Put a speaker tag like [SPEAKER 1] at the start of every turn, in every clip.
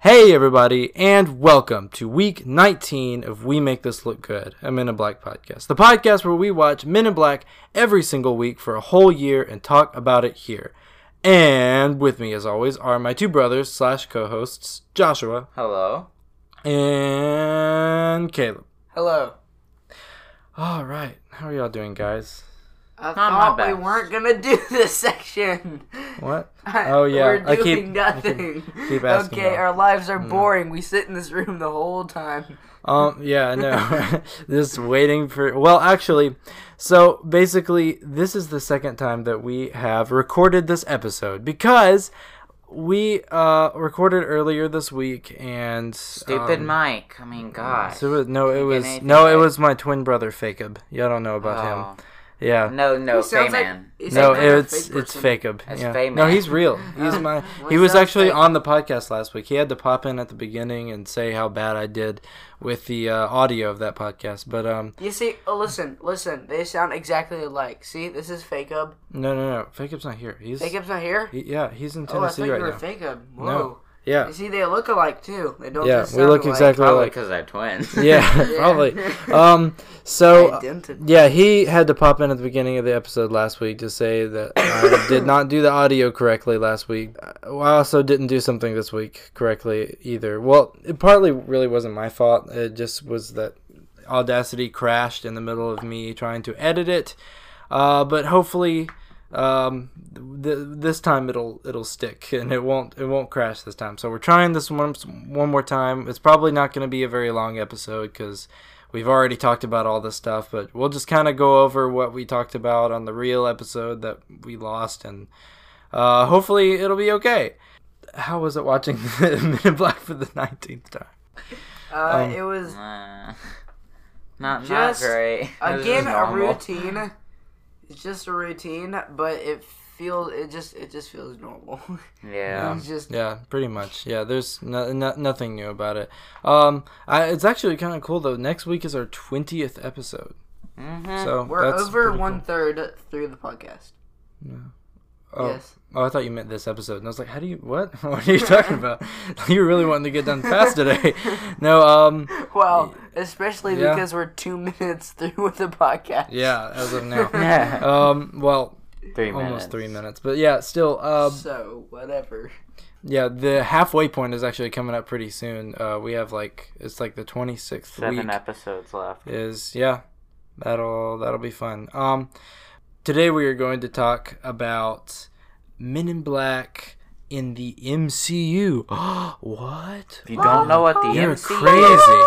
[SPEAKER 1] Hey, everybody, and welcome to week 19 of We Make This Look Good, a Men in Black podcast. The podcast where we watch Men in Black every single week for a whole year and talk about it here. And with me, as always, are my two brothers slash co hosts, Joshua
[SPEAKER 2] Hello.
[SPEAKER 1] and Caleb.
[SPEAKER 2] Hello.
[SPEAKER 1] All right, how are y'all doing, guys?
[SPEAKER 3] I
[SPEAKER 2] my
[SPEAKER 3] thought we
[SPEAKER 2] best.
[SPEAKER 3] weren't gonna do this section.
[SPEAKER 1] What? Oh, yeah.
[SPEAKER 3] we're doing
[SPEAKER 1] I keep- I keep-
[SPEAKER 3] nothing.
[SPEAKER 1] keep asking
[SPEAKER 3] okay,
[SPEAKER 1] y'all. Mm.
[SPEAKER 3] our lives are boring. We sit in this room the whole time.
[SPEAKER 1] Um, yeah, I know. Just waiting for. Well, actually, so basically, this is the second time that we have recorded this episode because we uh, recorded earlier this week and
[SPEAKER 2] Stupid
[SPEAKER 1] um,
[SPEAKER 2] Mike. I mean, God.
[SPEAKER 1] So it was, no, it
[SPEAKER 2] Didn't get
[SPEAKER 1] was
[SPEAKER 2] anything
[SPEAKER 1] no, it
[SPEAKER 2] right.
[SPEAKER 1] was my twin brother Fakeb. Y'all don't know about
[SPEAKER 2] Oh.
[SPEAKER 1] him. Yeah.
[SPEAKER 2] No, no,
[SPEAKER 3] He sounds like-
[SPEAKER 2] Fayman.
[SPEAKER 3] he
[SPEAKER 1] No,
[SPEAKER 3] sounds like a
[SPEAKER 1] it's
[SPEAKER 3] fake
[SPEAKER 1] it's
[SPEAKER 3] person.
[SPEAKER 1] Fakeb.
[SPEAKER 2] That's
[SPEAKER 1] Yeah.
[SPEAKER 2] Fayman.
[SPEAKER 1] No, he's real. He's my. He
[SPEAKER 3] Well,
[SPEAKER 1] was
[SPEAKER 3] sounds
[SPEAKER 1] actually
[SPEAKER 3] fake.
[SPEAKER 1] on the podcast last week. He had to pop in at the beginning and say how bad I did with the uh, audio of that podcast. But um,
[SPEAKER 3] You see, oh, listen, listen. They sound exactly alike. See, this is fake up.
[SPEAKER 1] no, no, no. Fakeb's not here. He's
[SPEAKER 3] Fake up's not here.
[SPEAKER 1] he- yeah, he's in
[SPEAKER 3] Oh, I thought
[SPEAKER 1] Tennessee
[SPEAKER 3] you
[SPEAKER 1] right
[SPEAKER 3] were
[SPEAKER 1] now.
[SPEAKER 3] fake up. Whoa.
[SPEAKER 1] No. Yeah,
[SPEAKER 3] You see, they look alike too. They don't.
[SPEAKER 1] yeah.
[SPEAKER 3] just
[SPEAKER 1] We
[SPEAKER 3] sound
[SPEAKER 1] look
[SPEAKER 3] alike.
[SPEAKER 1] exactly
[SPEAKER 2] Probably
[SPEAKER 1] alike.
[SPEAKER 2] because they're twins.
[SPEAKER 1] Yeah, probably. Um, so
[SPEAKER 3] Identical.
[SPEAKER 1] Yeah, he had to pop in at the beginning of the episode last week to say that I did not do the audio correctly last week. I also didn't do something this week correctly either. Well, it partly really wasn't my fault. It just was that Audacity crashed in the middle of me trying to edit it. Uh, but hopefully, um, th- this time it'll it'll stick and it won't it won't crash this time. So we're trying this one one more time. It's probably not going to be a very long episode because we've already talked about all this stuff. But we'll just kind of go over what we talked about on the real episode that we lost, and uh, hopefully it'll be okay. How was it watching Men in Black for the nineteenth time?
[SPEAKER 3] Uh,
[SPEAKER 1] Um,
[SPEAKER 3] it was
[SPEAKER 2] Uh, not
[SPEAKER 3] Just
[SPEAKER 2] not great.
[SPEAKER 3] again a
[SPEAKER 2] root.
[SPEAKER 3] routine. It's just a routine, but it feels it just it just feels normal.
[SPEAKER 2] Yeah.
[SPEAKER 3] it's just
[SPEAKER 1] Yeah, pretty much. Yeah, there's no, no, nothing new about it. Um, I, it's actually kind of cool though. Next week is our twentieth episode,
[SPEAKER 2] Mm-hmm.
[SPEAKER 1] so
[SPEAKER 3] we're
[SPEAKER 1] that's
[SPEAKER 3] over
[SPEAKER 1] pretty cool.
[SPEAKER 3] one third through the podcast.
[SPEAKER 1] Oh,
[SPEAKER 3] Yes.
[SPEAKER 1] oh, I thought you meant this episode, and I was like, "How do you what? What are you talking about? you really wanting to get done fast today?" no, um,
[SPEAKER 3] Well, especially
[SPEAKER 1] Yeah.
[SPEAKER 3] because we're two minutes through with the podcast.
[SPEAKER 1] yeah, as of now, um, well,
[SPEAKER 2] three minutes.
[SPEAKER 1] almost three minutes, but yeah, still, um,
[SPEAKER 3] So whatever.
[SPEAKER 1] Yeah, the halfway point is actually coming up pretty soon. Uh, we have like it's like the twenty sixth
[SPEAKER 2] Seven
[SPEAKER 1] week
[SPEAKER 2] episodes left.
[SPEAKER 1] is yeah, that'll that'll be fun. Um, today we are going to talk about Men in Black in the MCU. what?
[SPEAKER 2] If you don't know what the
[SPEAKER 1] You're
[SPEAKER 2] MC
[SPEAKER 1] crazy.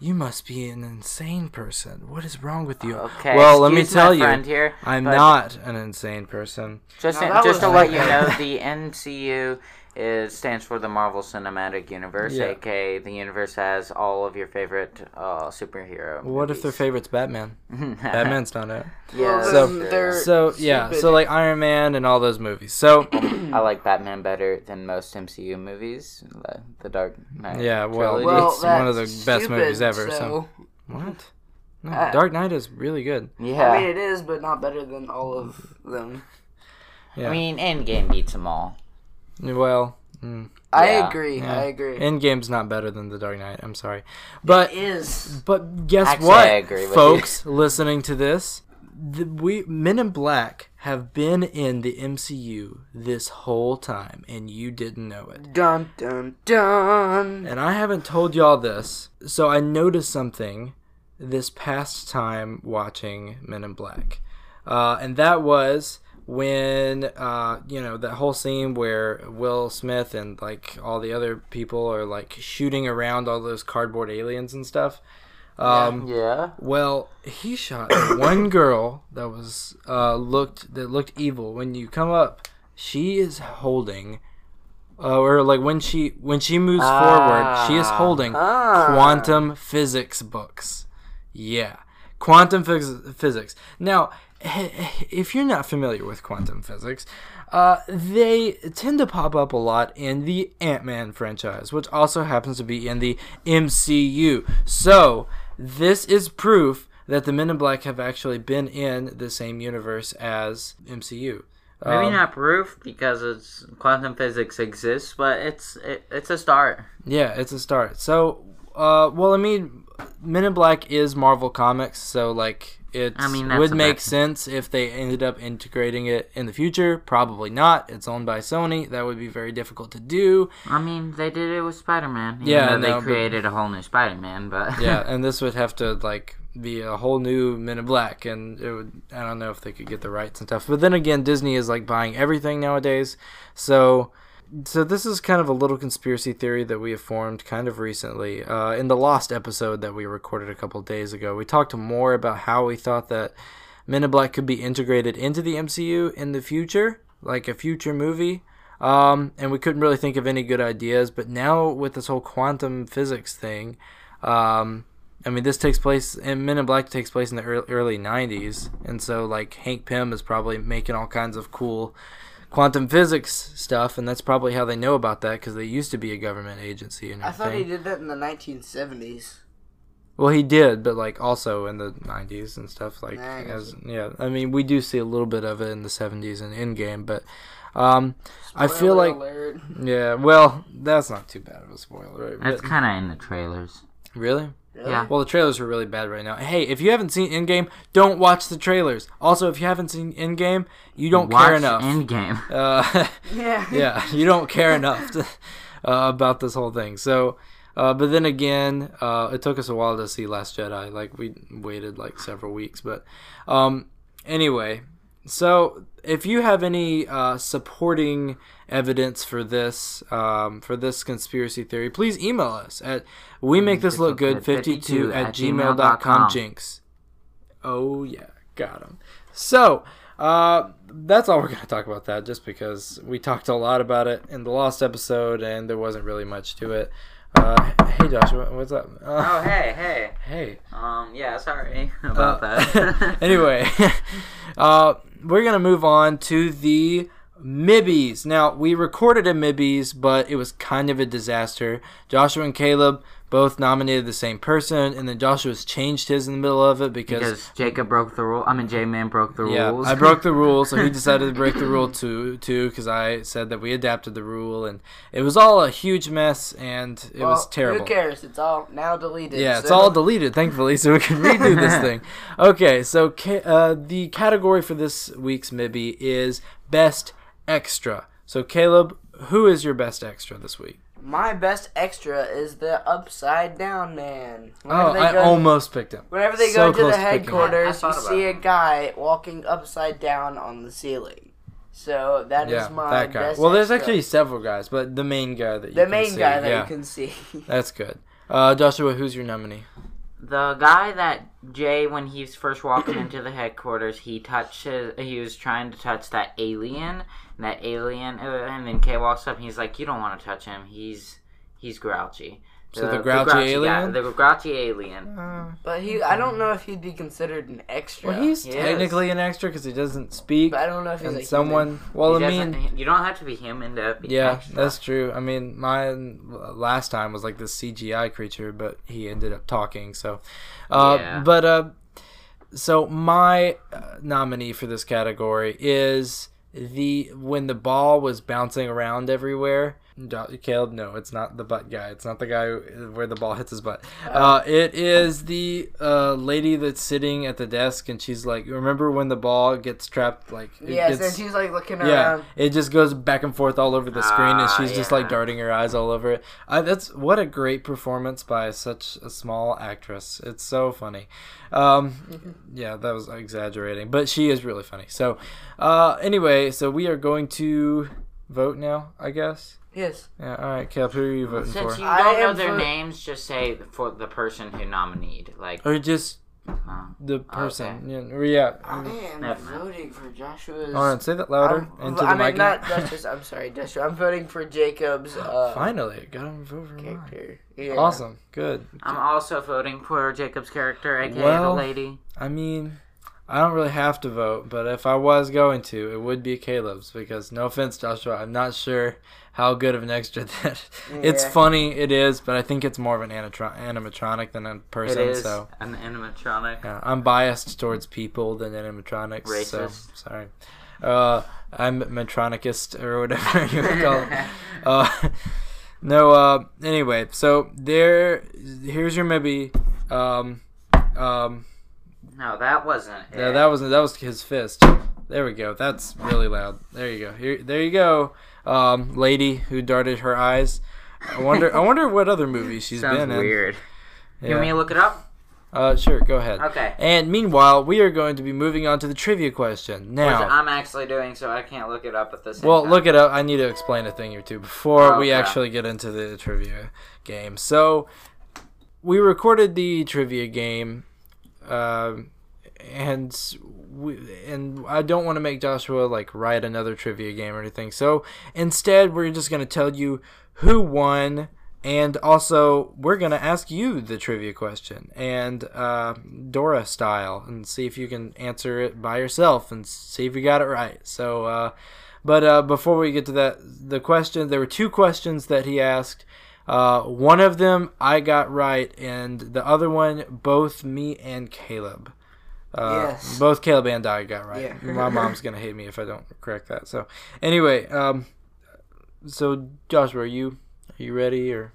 [SPEAKER 1] You must be an insane person. What is wrong with you?
[SPEAKER 2] Okay.
[SPEAKER 1] Well, let me
[SPEAKER 2] excuse my
[SPEAKER 1] tell you,
[SPEAKER 2] friend Here,
[SPEAKER 1] I'm
[SPEAKER 2] but
[SPEAKER 1] not an insane person.
[SPEAKER 2] Just,
[SPEAKER 3] No, that
[SPEAKER 2] just to let
[SPEAKER 3] was-
[SPEAKER 2] you know, the MCU is, stands for the Marvel Cinematic Universe,
[SPEAKER 1] Yeah.
[SPEAKER 2] aka the universe has all of your favorite uh, superhero.
[SPEAKER 1] What if their favorite's Batman? Batman's not it.
[SPEAKER 2] yeah,
[SPEAKER 3] Well,
[SPEAKER 1] So-
[SPEAKER 3] then
[SPEAKER 2] yeah.
[SPEAKER 3] they're
[SPEAKER 1] So yeah,
[SPEAKER 3] stupid.
[SPEAKER 1] so like Iron Man and all those movies. So
[SPEAKER 3] Hmm.
[SPEAKER 2] I like Batman better than most MCU movies. The, the Dark Knight.
[SPEAKER 1] Yeah, well,
[SPEAKER 2] trilogy.
[SPEAKER 3] well,
[SPEAKER 1] It's one of
[SPEAKER 3] that's
[SPEAKER 1] the best
[SPEAKER 3] stupid,
[SPEAKER 1] movies ever, so- what? No,
[SPEAKER 2] Uh,
[SPEAKER 1] Dark Knight is really good.
[SPEAKER 2] yeah.
[SPEAKER 3] I mean, it is, but not better than all of them.
[SPEAKER 1] yeah.
[SPEAKER 2] I mean, Endgame beats them all.
[SPEAKER 1] Well, mm,
[SPEAKER 3] I
[SPEAKER 2] Yeah.
[SPEAKER 3] agree. I agree.
[SPEAKER 1] Endgame's not better than The Dark Knight. I'm sorry, but
[SPEAKER 3] is
[SPEAKER 1] but guess
[SPEAKER 2] Actually,
[SPEAKER 1] what,
[SPEAKER 2] I agree with
[SPEAKER 1] folks listening to this, the, we Men in Black have been in the MCU this whole time, and you didn't know it.
[SPEAKER 3] dun dun dun.
[SPEAKER 1] And I haven't told y'all this, so I noticed something this past time watching Men in Black, uh, and that was when uh, you know that whole scene where Will Smith and like all the other people are like shooting around all those cardboard aliens and stuff. Um,
[SPEAKER 2] Yeah.
[SPEAKER 1] well, he shot one girl that was uh, looked that looked evil. When you come up, she is holding, uh, or like when she when she moves forward, she is holding quantum physics books. Yeah, quantum phys- physics. Now, if you're not familiar with quantum physics, uh, they tend to pop up a lot in the Ant Man franchise, which also happens to be in the MCU. So, this is proof that the Men in Black have actually been in the same universe as MCU.
[SPEAKER 2] Maybe
[SPEAKER 1] Um,
[SPEAKER 2] not proof because it's quantum physics exists, but it's it, it's a start.
[SPEAKER 1] Yeah, it's a start. So, uh, well, I mean, Men in Black is Marvel Comics, so like it
[SPEAKER 2] I mean, that's
[SPEAKER 1] would
[SPEAKER 2] a
[SPEAKER 1] make
[SPEAKER 2] bad-
[SPEAKER 1] sense if they ended up integrating it in the future. Probably not. It's owned by Sony. That would be very difficult to do.
[SPEAKER 2] I mean, they did it with Spider Man.
[SPEAKER 1] Yeah,
[SPEAKER 2] Yeah,
[SPEAKER 1] no,
[SPEAKER 2] they
[SPEAKER 1] but-
[SPEAKER 2] created a whole new Spider Man, but
[SPEAKER 1] Yeah, and this would have to like be a whole new Men in Black, and it would. I don't know if they could get the rights and stuff. But then again, Disney is like buying everything nowadays, so. So this is kind of a little conspiracy theory that we have formed kind of recently. Uh, in the Lost episode that we recorded a couple days ago, we talked more about how we thought that Men in Black could be integrated into the MCU in the future, like a future movie. Um, and we couldn't really think of any good ideas. But now with this whole quantum physics thing, um, I mean, this takes place, and Men in Black takes place in the ear- early 90s. And so, like, Hank Pym is probably making all kinds of cool quantum physics stuff. And that's probably how they know about that because they used to be a government agency and
[SPEAKER 3] I
[SPEAKER 1] everything.
[SPEAKER 3] thought he did that in the 1970s.
[SPEAKER 1] Well, he did, but like also in the '90s and stuff. Like,
[SPEAKER 3] Nah, I guess
[SPEAKER 1] as, yeah, I mean, we do see a little bit of it in the '70s and Endgame, but um, I feel
[SPEAKER 3] Spoiler
[SPEAKER 1] like
[SPEAKER 3] alert.
[SPEAKER 1] yeah. Well, that's not too bad of a spoiler, right?
[SPEAKER 2] it's
[SPEAKER 1] But-
[SPEAKER 2] kind of in the trailers.
[SPEAKER 1] really?
[SPEAKER 3] Really?
[SPEAKER 2] Yeah.
[SPEAKER 1] Uh, Well, the trailers are really bad right now. Hey, if you haven't seen Endgame, don't watch the trailers. Also, if you haven't seen Endgame, you don't
[SPEAKER 2] Watch
[SPEAKER 1] care enough.
[SPEAKER 2] Endgame.
[SPEAKER 1] uh,
[SPEAKER 3] Yeah.
[SPEAKER 1] yeah, you don't care enough to, uh, about this whole thing. So, uh, but then again, uh, it took us a while to see Last Jedi. Like we waited like several weeks. But um, anyway, so if you have any uh, supporting evidence for this um, for this conspiracy theory, please email us at we make this look good 52 at gmail.com jinx. Oh yeah, got him. So, uh, that's all we're going to talk about that just because we talked a lot about it in the last episode and there wasn't really much to it. Uh, hey, Joshua, what's up? Uh,
[SPEAKER 2] Oh hey hey.
[SPEAKER 1] hey.
[SPEAKER 2] Um yeah, sorry about
[SPEAKER 1] Uh,
[SPEAKER 2] that.
[SPEAKER 1] anyway, uh, we're going to move on to the Mibbies. Now, we recorded a Mibbies, but it was kind of a disaster. Joshua and Caleb both nominated the same person, and then Joshua's changed his in the middle of it because
[SPEAKER 2] because Jacob broke the rule. I mean, J Man broke the
[SPEAKER 1] Yeah,
[SPEAKER 2] rules.
[SPEAKER 1] I broke the rule, so he decided to break the rule too, too, because I said that we adapted the rule, and it was all a huge mess, and it
[SPEAKER 3] Well,
[SPEAKER 1] was terrible.
[SPEAKER 3] Who cares? It's all now deleted.
[SPEAKER 1] Yeah, it's
[SPEAKER 3] so-
[SPEAKER 1] all deleted, thankfully, so we can redo this thing. Okay, so ca- uh, the category for this week's Mibby is best extra. So Caleb, who is your best extra this week?
[SPEAKER 3] My best extra is the Upside Down Man.
[SPEAKER 1] Oh,
[SPEAKER 3] Whenever they
[SPEAKER 1] I
[SPEAKER 3] go-
[SPEAKER 1] almost picked him.
[SPEAKER 3] Whenever they
[SPEAKER 1] so
[SPEAKER 3] go to
[SPEAKER 1] close to
[SPEAKER 3] the
[SPEAKER 1] picking him.
[SPEAKER 3] headquarters,
[SPEAKER 2] I- I
[SPEAKER 3] you
[SPEAKER 2] thought
[SPEAKER 3] see
[SPEAKER 2] about
[SPEAKER 3] a guy walking upside down on the ceiling. So that is
[SPEAKER 1] Yeah,
[SPEAKER 3] my
[SPEAKER 1] that guy.
[SPEAKER 3] best.
[SPEAKER 1] Well, there's
[SPEAKER 3] extra.
[SPEAKER 1] actually several guys, but the main guy that you
[SPEAKER 3] the
[SPEAKER 1] can
[SPEAKER 3] main
[SPEAKER 1] see,
[SPEAKER 3] guy that
[SPEAKER 1] yeah.
[SPEAKER 3] you can see.
[SPEAKER 1] That's good. Uh, Joshua, who's your nominee?
[SPEAKER 2] the guy that Jay, when he's first walking into the headquarters, he touches. He was trying to touch that alien. That alien, uh, and then Kay walks up. and He's like, "You don't want to touch him. He's he's grouchy."
[SPEAKER 1] So the grouchy
[SPEAKER 2] guy-
[SPEAKER 1] alien?
[SPEAKER 2] the grouchy alien.
[SPEAKER 3] But he, I don't know if he'd be considered an extra.
[SPEAKER 1] Well, he's
[SPEAKER 2] He
[SPEAKER 1] technically an extra because he doesn't speak.
[SPEAKER 3] But I don't know if he's
[SPEAKER 1] and
[SPEAKER 3] like
[SPEAKER 1] someone, well,
[SPEAKER 2] He
[SPEAKER 1] I
[SPEAKER 2] doesn't-
[SPEAKER 1] mean,
[SPEAKER 2] you don't have to be human to be
[SPEAKER 1] yeah,
[SPEAKER 2] extra.
[SPEAKER 1] that's true. I mean, mine uh, last time was like this CGI creature, but he ended up talking. So, uh,
[SPEAKER 2] Yeah.
[SPEAKER 1] but uh, so my uh, nominee for this category is the when the ball was bouncing around everywhere. Do- Caleb, no, it's not the butt guy. It's not the guy who- where the ball hits his butt.
[SPEAKER 3] Oh.
[SPEAKER 1] Uh, it is the uh, lady that's sitting at the desk, and she's like, "Remember when the ball gets trapped? Like, it
[SPEAKER 3] Yes,
[SPEAKER 1] gets-
[SPEAKER 3] and she's like looking
[SPEAKER 1] yeah,
[SPEAKER 3] around.
[SPEAKER 1] it just goes back and forth all over the screen, and
[SPEAKER 2] Ah,
[SPEAKER 1] she's just like
[SPEAKER 2] yeah.
[SPEAKER 1] darting her eyes all over it. I, that's what a great performance by such a small actress. It's so funny. Um, yeah, that was exaggerating, but she is really funny. So, uh, anyway, so we are going to vote now, I guess.
[SPEAKER 3] Yes.
[SPEAKER 1] Yeah. All right, Cap, who are you voting
[SPEAKER 2] Since
[SPEAKER 1] for?
[SPEAKER 2] you
[SPEAKER 3] I
[SPEAKER 2] don't know
[SPEAKER 3] am
[SPEAKER 2] their
[SPEAKER 3] for-
[SPEAKER 2] names, just say for the person who nominated. Like,
[SPEAKER 1] or just
[SPEAKER 2] uh,
[SPEAKER 1] the person? Yeah, or Yeah.
[SPEAKER 3] I am
[SPEAKER 2] Never.
[SPEAKER 3] voting for Joshua's.
[SPEAKER 1] All right, say that louder
[SPEAKER 3] I'm-
[SPEAKER 1] into the
[SPEAKER 3] I mean,
[SPEAKER 1] mic.
[SPEAKER 3] not Duchess. I'm sorry, Joshua. I'm voting for Jacob's uh,
[SPEAKER 1] Finally, got him vote for mine.
[SPEAKER 3] character. Yeah.
[SPEAKER 1] Awesome. Good.
[SPEAKER 2] I'm also voting for Jacob's character, aka
[SPEAKER 1] Well-
[SPEAKER 2] the lady.
[SPEAKER 1] I mean, I don't really have to vote, but if I was going to, it would be Caleb's because no offense, Joshua, I'm not sure how good of an extra that. It's
[SPEAKER 3] Yeah.
[SPEAKER 1] funny, it is, but I think it's more of an anatro- animatronic than a
[SPEAKER 2] It
[SPEAKER 1] person.
[SPEAKER 2] is
[SPEAKER 1] So
[SPEAKER 2] an animatronic.
[SPEAKER 1] yeah, I'm biased towards people than animatronics. So
[SPEAKER 2] Racist.
[SPEAKER 1] sorry. Uh, I'm metronicist or whatever you would call it. Uh, no. Uh, anyway, so there. Here's your maybe. Um, um,
[SPEAKER 2] no, that wasn't it.
[SPEAKER 1] yeah, that was that was his fist. There we go. That's really loud. There you go. Here, there you go. Um, lady who darted her eyes. I wonder. I wonder what other movies she's
[SPEAKER 2] sounds
[SPEAKER 1] been
[SPEAKER 2] weird.
[SPEAKER 1] in.
[SPEAKER 2] You
[SPEAKER 1] Yeah.
[SPEAKER 2] want me to look it up?
[SPEAKER 1] uh, sure. Go ahead.
[SPEAKER 2] Okay.
[SPEAKER 1] And meanwhile, we are going to be moving on to the trivia question
[SPEAKER 2] Which
[SPEAKER 1] now.
[SPEAKER 2] I'm actually doing, so I can't look it up at this.
[SPEAKER 1] Well, look it up. I need to explain a thing or two before
[SPEAKER 2] Oh,
[SPEAKER 1] we
[SPEAKER 2] crap.
[SPEAKER 1] actually get into the trivia game. So, we recorded the trivia game, um, and we, and I don't want to make Joshua like write another trivia game or anything. So instead, we're just gonna tell you who won. And also, we're gonna ask you the trivia question and uh, Dora style, and see if you can answer it by yourself and see if you got it right. So, uh, but uh, before we get to that, the question there were two questions that he asked. Uh, one of them I got right, and the other one both me and Caleb. Uh,
[SPEAKER 3] Yes.
[SPEAKER 1] Both Caleb and I got right.
[SPEAKER 3] Yeah.
[SPEAKER 1] My mom's gonna hate me if I don't correct that. So, anyway, um, so Joshua, are you are you ready or?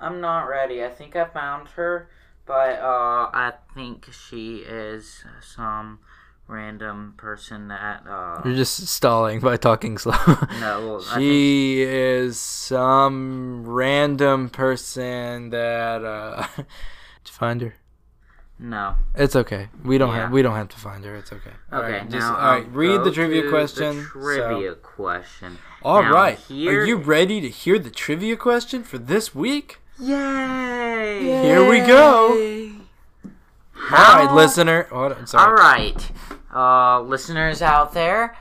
[SPEAKER 2] I'm not ready. I think I found her, but uh, I think she is some random person that. Uh,
[SPEAKER 1] You're just stalling by talking slow.
[SPEAKER 2] no, I think
[SPEAKER 1] She is some random person that uh did you find her.
[SPEAKER 2] no.
[SPEAKER 1] It's okay. We don't
[SPEAKER 2] Yeah.
[SPEAKER 1] have we don't have to find her. It's okay. All
[SPEAKER 2] Okay,
[SPEAKER 1] right,
[SPEAKER 2] now
[SPEAKER 1] just-
[SPEAKER 2] I'll
[SPEAKER 1] all right, read
[SPEAKER 2] go
[SPEAKER 1] the
[SPEAKER 2] to
[SPEAKER 1] trivia question.
[SPEAKER 2] The
[SPEAKER 1] so-
[SPEAKER 2] trivia question.
[SPEAKER 1] All
[SPEAKER 2] Now,
[SPEAKER 1] right.
[SPEAKER 2] here-
[SPEAKER 1] Are you ready to hear the trivia question for this week?
[SPEAKER 2] Yay!
[SPEAKER 1] Here we go. All right, listener. Oh, I'm sorry.
[SPEAKER 2] All right, uh, listeners out there,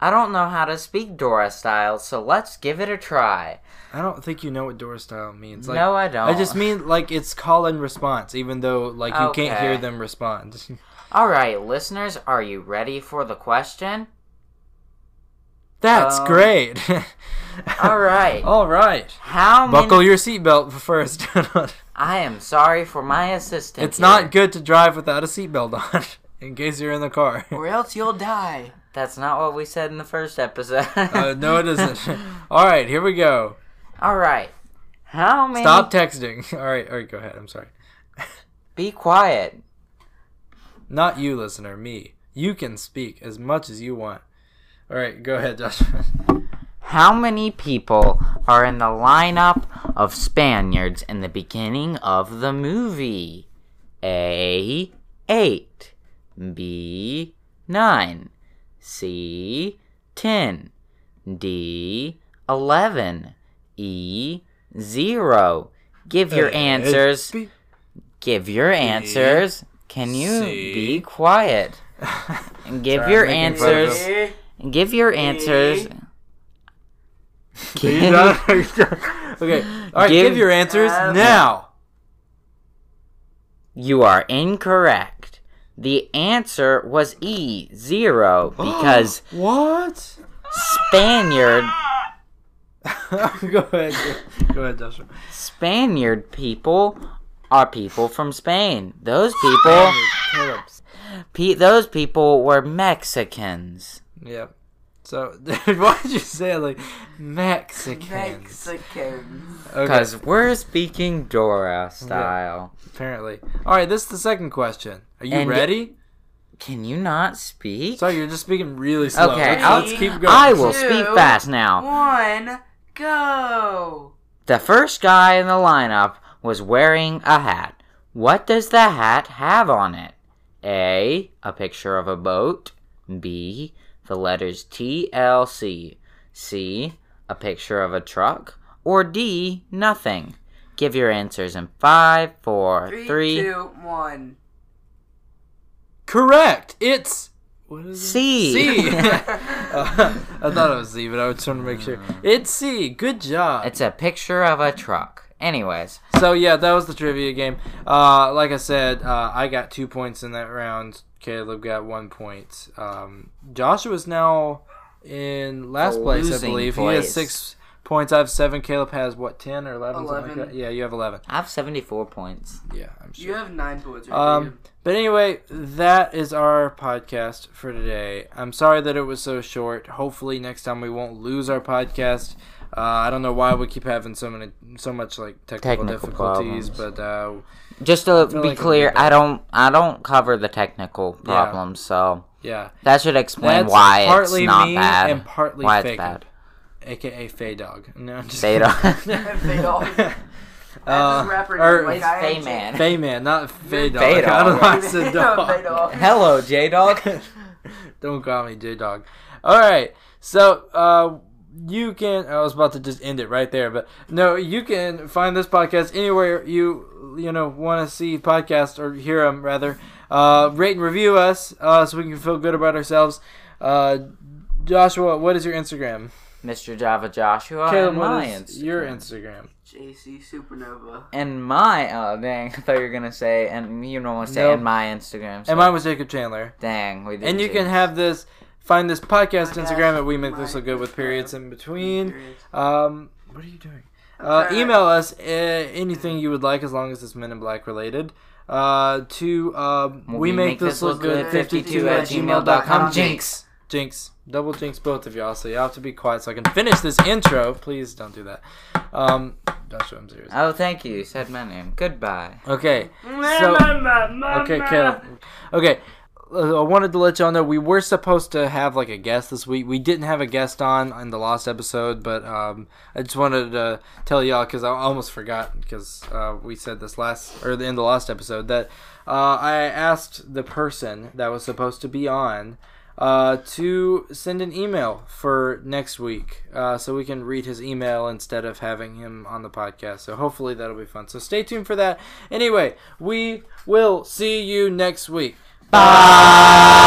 [SPEAKER 2] I don't know how to speak Dora style, so let's give it a try.
[SPEAKER 1] I don't think you know what door style means. Like,
[SPEAKER 2] no, I don't.
[SPEAKER 1] I just mean like it's call and response, even though like you can't
[SPEAKER 2] Okay.
[SPEAKER 1] hear them respond.
[SPEAKER 2] All right, listeners, are you ready for the question?
[SPEAKER 1] That's
[SPEAKER 2] Um,
[SPEAKER 1] great.
[SPEAKER 2] All right.
[SPEAKER 1] All right.
[SPEAKER 2] How many?
[SPEAKER 1] Buckle your seatbelt first.
[SPEAKER 2] I am sorry for my assistant.
[SPEAKER 1] it's
[SPEAKER 2] here.
[SPEAKER 1] not good to drive without a seatbelt on, in case you're in the car.
[SPEAKER 3] Or else you'll die.
[SPEAKER 2] That's not what we said in the first episode.
[SPEAKER 1] Uh, no, it isn't. All right, here we go.
[SPEAKER 2] All right. How many?
[SPEAKER 1] Stop texting. All right, all right, go ahead. I'm sorry.
[SPEAKER 2] Be quiet.
[SPEAKER 1] Not you, listener, me. You can speak as much as you want. All right, go ahead, Joshua.
[SPEAKER 2] How many people are in the lineup of Spaniards in the beginning of the movie? A. 8. B. 9. C. 10. D. 11. E. 0. Give your answers.
[SPEAKER 1] Be-
[SPEAKER 2] Give your answers. Can you
[SPEAKER 1] C.
[SPEAKER 2] be quiet? And Give
[SPEAKER 1] Sorry,
[SPEAKER 2] your
[SPEAKER 1] I'm making fun of
[SPEAKER 2] answers. Give your answers.
[SPEAKER 1] Are you done? Are you done? okay, all right,
[SPEAKER 2] Give-
[SPEAKER 1] give, your answers
[SPEAKER 3] Uh,
[SPEAKER 1] now.
[SPEAKER 2] You are incorrect. The answer was E, zero, because
[SPEAKER 1] What?
[SPEAKER 2] Spaniard
[SPEAKER 1] go ahead. Go, go ahead, Joshua.
[SPEAKER 2] Spaniard people are people from Spain. Those people,
[SPEAKER 1] Caleb.
[SPEAKER 2] pe- those people were Mexicans.
[SPEAKER 1] Yeah. So why did you say it like Mexicans?
[SPEAKER 3] Mexicans.
[SPEAKER 1] okay.
[SPEAKER 2] Because we're speaking Dora style.
[SPEAKER 1] Apparently. All right. This is the second question. Are you
[SPEAKER 2] And-
[SPEAKER 1] ready?
[SPEAKER 2] Can you not speak?
[SPEAKER 1] Sorry, you're just speaking really slow.
[SPEAKER 2] Okay,
[SPEAKER 1] Let's,
[SPEAKER 2] I'll-
[SPEAKER 1] let's keep going.
[SPEAKER 2] I will
[SPEAKER 3] Two.
[SPEAKER 2] speak fast now.
[SPEAKER 3] One, go.
[SPEAKER 2] The first guy in the lineup was wearing a hat. What does the hat have on it? A. A picture of a boat. B. The letters TLC. C. A picture of a truck. Or D. Nothing. Give your answers in five, four, three.
[SPEAKER 3] Three, two, one.
[SPEAKER 1] Correct. It's. What is it?
[SPEAKER 2] C.
[SPEAKER 1] C. Uh, I thought it was
[SPEAKER 2] Uh.
[SPEAKER 1] Z, but I was trying to make sure. It's C. Good job.
[SPEAKER 2] It's a picture of a truck. Anyways,
[SPEAKER 1] so yeah, that was the trivia game. Uh, like I said, uh, I got two points in that round. Caleb got one point. Um, Joshua's now in last
[SPEAKER 2] The
[SPEAKER 1] place, I
[SPEAKER 2] losing
[SPEAKER 1] believe. He has
[SPEAKER 2] place.
[SPEAKER 1] six points. I have seven. Caleb has what, ten or eleven? something like
[SPEAKER 3] 11.
[SPEAKER 1] that? Yeah, you have eleven.
[SPEAKER 2] I have 74 points.
[SPEAKER 1] Yeah, I'm sure.
[SPEAKER 3] You have nine points. Right
[SPEAKER 1] Um, but anyway, that is our podcast for today. I'm sorry that it was so short. Hopefully, next time we won't lose our podcast. Uh, I don't know why we keep having so many, so much like technical,
[SPEAKER 2] Technical
[SPEAKER 1] difficulties,
[SPEAKER 2] problems.
[SPEAKER 1] but uh,
[SPEAKER 2] Just to be
[SPEAKER 1] like it'll be
[SPEAKER 2] clear,
[SPEAKER 1] better.
[SPEAKER 2] I don't I don't cover the technical problems, so
[SPEAKER 1] yeah,
[SPEAKER 2] that should explain why it's
[SPEAKER 1] partly
[SPEAKER 2] not
[SPEAKER 1] me
[SPEAKER 2] bad.
[SPEAKER 1] and partly
[SPEAKER 2] why it's
[SPEAKER 1] Faker,
[SPEAKER 2] bad.
[SPEAKER 1] aka Fay Dog. No, I'm just
[SPEAKER 2] Fay
[SPEAKER 1] kidding.
[SPEAKER 2] Dog.
[SPEAKER 3] Fay Dog.
[SPEAKER 1] Uh,
[SPEAKER 3] rapper
[SPEAKER 1] or-
[SPEAKER 3] named
[SPEAKER 1] Fay
[SPEAKER 2] Fay
[SPEAKER 3] ING.
[SPEAKER 2] man.
[SPEAKER 1] man, not Fay Dog.
[SPEAKER 2] Fay
[SPEAKER 1] I don't know
[SPEAKER 2] Dog.
[SPEAKER 1] why I said dog.
[SPEAKER 3] Fay Dog.
[SPEAKER 2] Hello, J Dog.
[SPEAKER 1] Don't call me J Dog. All right. So uh, you can. I was about to just end it right there, but no, you can find this podcast anywhere you you know want to see podcasts or hear them rather. Uh, rate and review us uh, so we can feel good about ourselves. Uh, Joshua, what is your Instagram?
[SPEAKER 2] Mr. Java Joshua and
[SPEAKER 1] what
[SPEAKER 2] my
[SPEAKER 1] is your
[SPEAKER 2] Instagram.
[SPEAKER 1] Instagram?
[SPEAKER 3] JC Supernova.
[SPEAKER 2] And my oh dang, I thought you were gonna say and you normally say
[SPEAKER 1] Nope.
[SPEAKER 2] and my Instagram. So
[SPEAKER 1] And mine was Jacob Chandler.
[SPEAKER 2] dang, we did.
[SPEAKER 1] And you
[SPEAKER 2] too.
[SPEAKER 1] can have this find this podcast
[SPEAKER 3] My
[SPEAKER 1] Instagram
[SPEAKER 3] gosh,
[SPEAKER 1] at We Make
[SPEAKER 3] my
[SPEAKER 1] This Look Good with periods in between.
[SPEAKER 3] Period.
[SPEAKER 1] Um, what are you doing?
[SPEAKER 3] I'm
[SPEAKER 1] Uh,
[SPEAKER 3] trying to-
[SPEAKER 1] email us uh, anything you would like, as long as it's Men in Black related. Uh, to um, we make this look good 52 at gmail.com. Jinx, jinx, double jinx, both of y'all. So you have to be quiet so I can finish this intro. Please don't do that. Um, Joshua, I'm serious.
[SPEAKER 2] Oh, thank you. You said my name. Goodbye.
[SPEAKER 1] Okay. So, okay, Caleb. Okay. uh, I wanted to let y'all know we were supposed to have like a guest this week. We didn't have a guest on in the last episode, but um, I just wanted to tell y'all because I almost forgot because uh, we said this last or the end of the last episode that uh, I asked the person that was supposed to be on uh, to send an email for next week uh, so we can read his email instead of having him on the podcast. So hopefully that'll be fun. So stay tuned for that. Anyway, we will see you next week. Bye.